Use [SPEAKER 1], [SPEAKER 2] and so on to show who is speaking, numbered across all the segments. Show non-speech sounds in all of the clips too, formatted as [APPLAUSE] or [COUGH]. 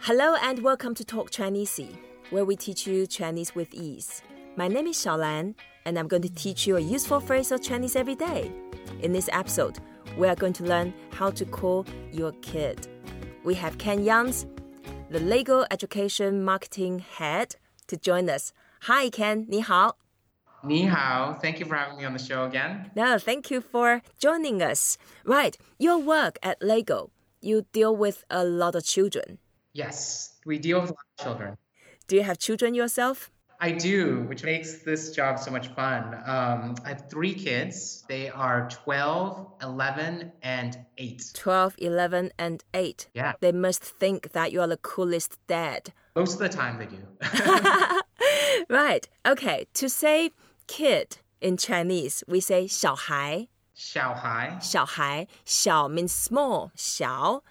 [SPEAKER 1] Hello and welcome to Talk Chinesey, where we teach you Chinese with ease. My name is Xiaolan, and I'm going to teach you a useful phrase of Chinese every day. In this episode, we are going to learn how to call your kid. We have Ken Yans, the Legal Education Marketing Head, to join us. Hi, Ken. 你好.
[SPEAKER 2] Ni hao. Thank you for having me on the show again.
[SPEAKER 1] No, thank you for joining us. Right, your work at Lego, you deal with a lot of children.
[SPEAKER 2] Yes, we deal with a lot of children.
[SPEAKER 1] Do you have children yourself?
[SPEAKER 2] I do, which makes this job so much fun. Um, I have three kids. They are 12, 11, and 8.
[SPEAKER 1] 12, 11, and 8.
[SPEAKER 2] Yeah,
[SPEAKER 1] They must think that you are the coolest dad. [LAUGHS]
[SPEAKER 2] most of the time they do. [LAUGHS]
[SPEAKER 1] Right, okay. To say kid in Chinese, we say 小孩.
[SPEAKER 2] Shanghai.
[SPEAKER 1] 小孩,小 means small, 小,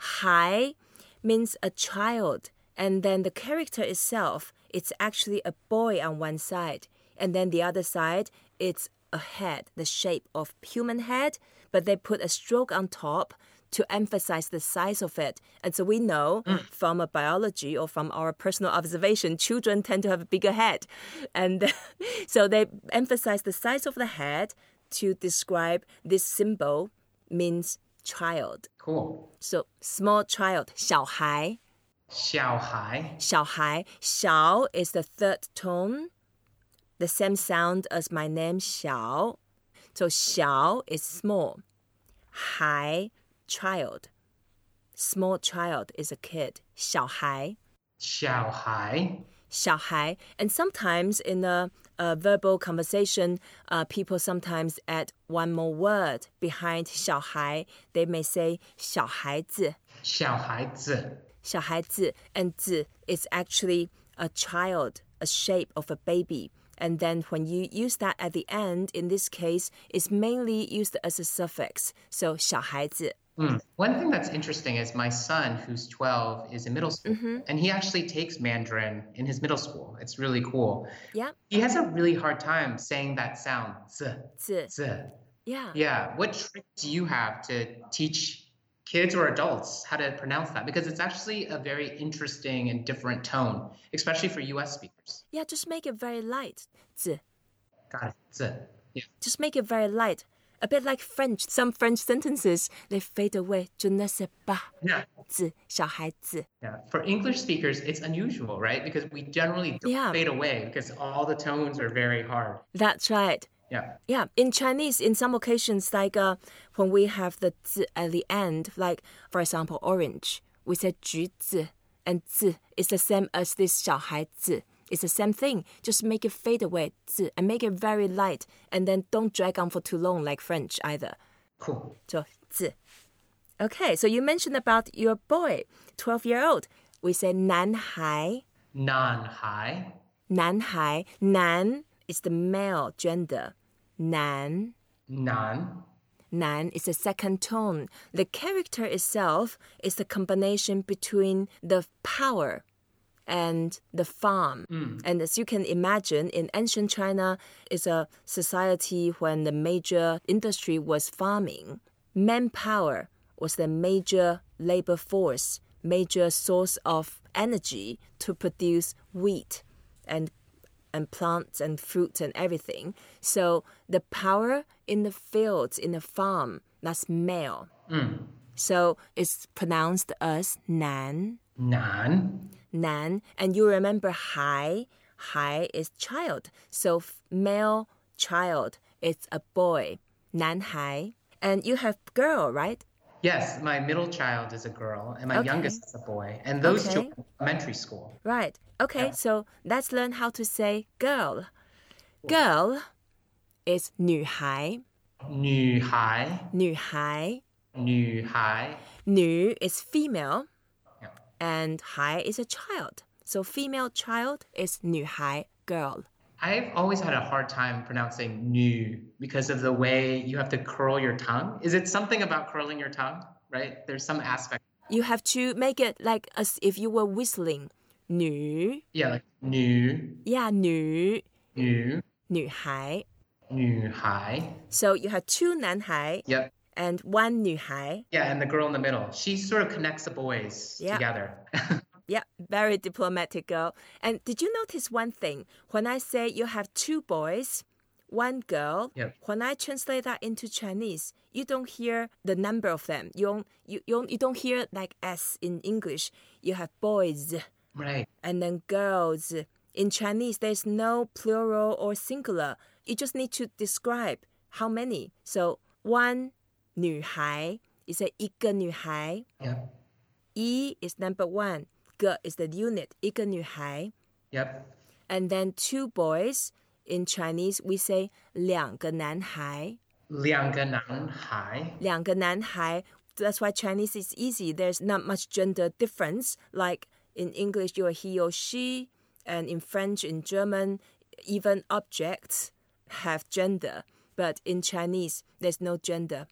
[SPEAKER 1] 孩 means a child. And then the character itself, it's actually a boy on one side. And then the other side, it's a head, the shape of human head, but they put a stroke on top to emphasize the size of it. And so we know from a biology or from our personal observation, children tend to have a bigger head. And [LAUGHS] so they emphasize the size of the head to describe this symbol means child.
[SPEAKER 2] Cool.
[SPEAKER 1] So small child, 小孩,
[SPEAKER 2] Shanghai.
[SPEAKER 1] 小孩,小 is the third tone, the same sound as my name, 小. So 小 is small. 孩, child. Small child is a kid, 小孩.
[SPEAKER 2] Shanghai.
[SPEAKER 1] 小孩. And sometimes in a, a verbal conversation, uh, people sometimes add one more word behind 小孩. They may say 小孩子,
[SPEAKER 2] Shanghai.
[SPEAKER 1] 小孩子, and 子 is actually a child, a shape of a baby. And then when you use that at the end, in this case, it's mainly used as a suffix. So 小孩子.
[SPEAKER 2] Hmm. One thing that's interesting is my son, who's 12, is in middle school, and he actually takes Mandarin in his middle school. It's really cool.
[SPEAKER 1] Yeah,
[SPEAKER 2] He has a really hard time saying that sound, z,
[SPEAKER 1] 子.
[SPEAKER 2] z.
[SPEAKER 1] Yeah.
[SPEAKER 2] Yeah. What trick do you have to teach kids or adults how to pronounce that? Because it's actually a very interesting and different tone, especially for US speakers.
[SPEAKER 1] Yeah, just make it very light. 子.
[SPEAKER 2] Got it. Z. Yeah.
[SPEAKER 1] just make it very light. A bit like French. Some French sentences, they fade away. Je ne sais pas.
[SPEAKER 2] yeah.
[SPEAKER 1] 子,小孩子.
[SPEAKER 2] Yeah. For English speakers, it's unusual, right? Because we generally don't
[SPEAKER 1] Yeah.
[SPEAKER 2] fade away because all the tones are very hard.
[SPEAKER 1] That's right.
[SPEAKER 2] Yeah.
[SPEAKER 1] Yeah, in Chinese, in some occasions, like uh, when we have the 子 at the end, like for example, orange, we say 橘子, and 子 is the same as this 小孩子. It's the same thing. Just make it fade away, 子, and make it very light, and then don't drag on for too long like French either.
[SPEAKER 2] Cool.
[SPEAKER 1] 做字. Okay, so you mentioned about your boy, 12 year old. We say 男孩,
[SPEAKER 2] Non high.
[SPEAKER 1] 男孩,男 is the male gender. 男,
[SPEAKER 2] Non.
[SPEAKER 1] 男 is the second tone. The character itself is the combination between the power and the farm. And as you can imagine, in ancient China, it's a society when the major industry was farming. Manpower was the major labor force, major source of energy to produce wheat and and plants and fruits and everything. So the power in the fields, in the farm, that's male. So it's pronounced as 男.
[SPEAKER 2] Non.
[SPEAKER 1] 男, and you remember 孩,孩 is child. So f- male child is a boy, 男孩. And you have girl, right?
[SPEAKER 2] Yes, my middle child is a girl, and my
[SPEAKER 1] Okay.
[SPEAKER 2] youngest is a boy, and those two
[SPEAKER 1] Okay.
[SPEAKER 2] are in elementary school.
[SPEAKER 1] Right. Okay, so let's learn how to say girl. Girl is 女孩,
[SPEAKER 2] 女孩，
[SPEAKER 1] 女孩.
[SPEAKER 2] 女孩，
[SPEAKER 1] Nu is female
[SPEAKER 2] Yeah.
[SPEAKER 1] and hai is a child. So female child is 女孩, girl.
[SPEAKER 2] I've always had a hard time pronouncing new because of the way you have to curl your tongue. Is it something about curling your tongue, right? There's some aspect.
[SPEAKER 1] You have to make it like as if you were whistling. 女,
[SPEAKER 2] Yeah, like new,
[SPEAKER 1] yeah, 女,
[SPEAKER 2] new,
[SPEAKER 1] 女孩.
[SPEAKER 2] new high.
[SPEAKER 1] So you have two 男孩
[SPEAKER 2] Yep.
[SPEAKER 1] and one 女孩.
[SPEAKER 2] Yeah, and the girl in the middle. She sort of connects the boys
[SPEAKER 1] Yeah.
[SPEAKER 2] together. [LAUGHS]
[SPEAKER 1] Yeah, very diplomatic girl. And did you notice one thing? When I say you have two boys, one girl,
[SPEAKER 2] Yeah.
[SPEAKER 1] when I translate that into Chinese, you don't hear the number of them. You don't, you, you don't, you don't hear like S in English. You have boys
[SPEAKER 2] Right.
[SPEAKER 1] and then girls. In Chinese, there's no plural or singular. You just need to describe how many. So one 女孩 is a 一个女孩.
[SPEAKER 2] Yep.
[SPEAKER 1] E is number one. 个 is the unit. 一个女孩.
[SPEAKER 2] Yep.
[SPEAKER 1] And then two boys. In Chinese, we say 两个男孩.
[SPEAKER 2] 两个男孩.
[SPEAKER 1] 两个男孩. That's why Chinese is easy. There's not much gender difference. Like in English, you're he or she, and in French, in German, even objects have gender. But in Chinese, there's no gender.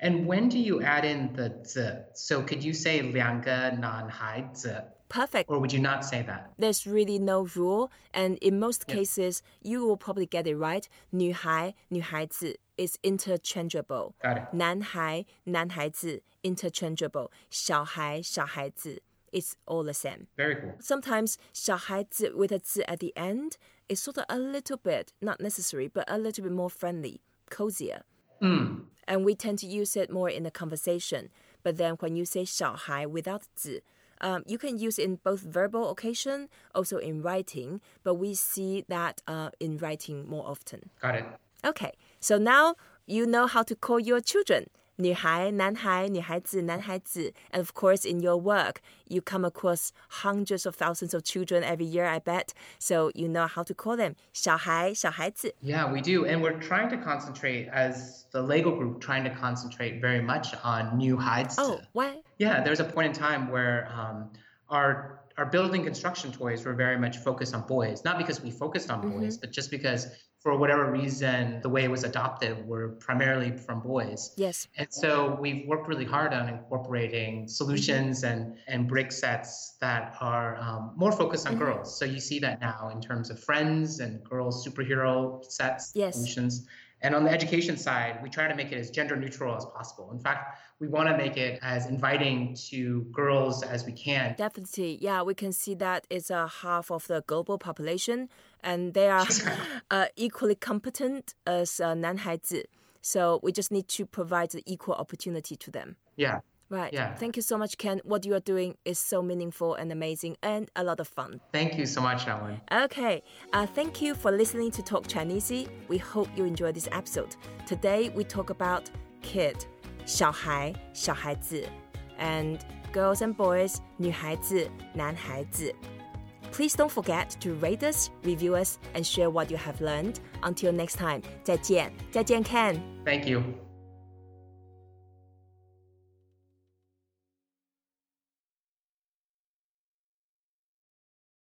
[SPEAKER 2] And when do you add in the z? So could you say 两个男孩子?
[SPEAKER 1] Perfect.
[SPEAKER 2] Or would you not say that?
[SPEAKER 1] There's really no rule, and in most cases, you will probably get it right. 女孩,女孩子 is interchangeable.
[SPEAKER 2] Got it.
[SPEAKER 1] 男孩,男孩子 interchangeable. 小孩,小孩子 it's all the same.
[SPEAKER 2] Very cool.
[SPEAKER 1] sometimes 小孩子 with a 字 at the end is sort of a little bit not necessary but a little bit more friendly cozier and we tend to use it more in a conversation but then when you say 小孩 without 字 um, you can use it in both verbal occasion also in writing but we see that uh, in writing more often
[SPEAKER 2] Got it.
[SPEAKER 1] okay so now you know how to call your children 女孩,男孩,女孩子,男孩子. And of course, in your work, you come across hundreds of thousands of children every year, I bet. So you know how to call them 小孩,小孩子.
[SPEAKER 2] Yeah, we do. And we're trying to concentrate as the Lego group trying to concentrate very much on new hides. [LAUGHS]
[SPEAKER 1] Oh, why?
[SPEAKER 2] Yeah, there's a point in time where um, our our building construction toys were very much focused on boys, not because we focused on boys, but just because for whatever reason the way it was adopted were primarily from boys.
[SPEAKER 1] Yes.
[SPEAKER 2] And so we've worked really hard on incorporating solutions and, and brick sets that are um, more focused on girls. So you see that now in terms of friends and girls superhero sets,
[SPEAKER 1] Yes.
[SPEAKER 2] solutions. And on the education side, we try to make it as gender neutral as possible. In fact, we want to make it as inviting to girls as we can.
[SPEAKER 1] Definitely. Yeah, we can see that it's a half of the global population and they
[SPEAKER 2] [LAUGHS]
[SPEAKER 1] are uh, equally competent as uh, 男孩子. So we just need to provide the equal opportunity to them.
[SPEAKER 2] Yeah.
[SPEAKER 1] Right.
[SPEAKER 2] Yeah.
[SPEAKER 1] Thank you so much, Ken. What you are doing is so meaningful and amazing and a lot of fun.
[SPEAKER 2] Thank you so much, Ellen.
[SPEAKER 1] Okay. Uh, thank you for listening to Talk Chinese. We hope you enjoyed this episode. Today we talk about kid, 小孩,小孩子, and girls and boys, 女孩子,男孩子. Please don't forget to rate us, review us, and share what you have learned. Until next time, 再见,再见 Ken.
[SPEAKER 2] Thank you.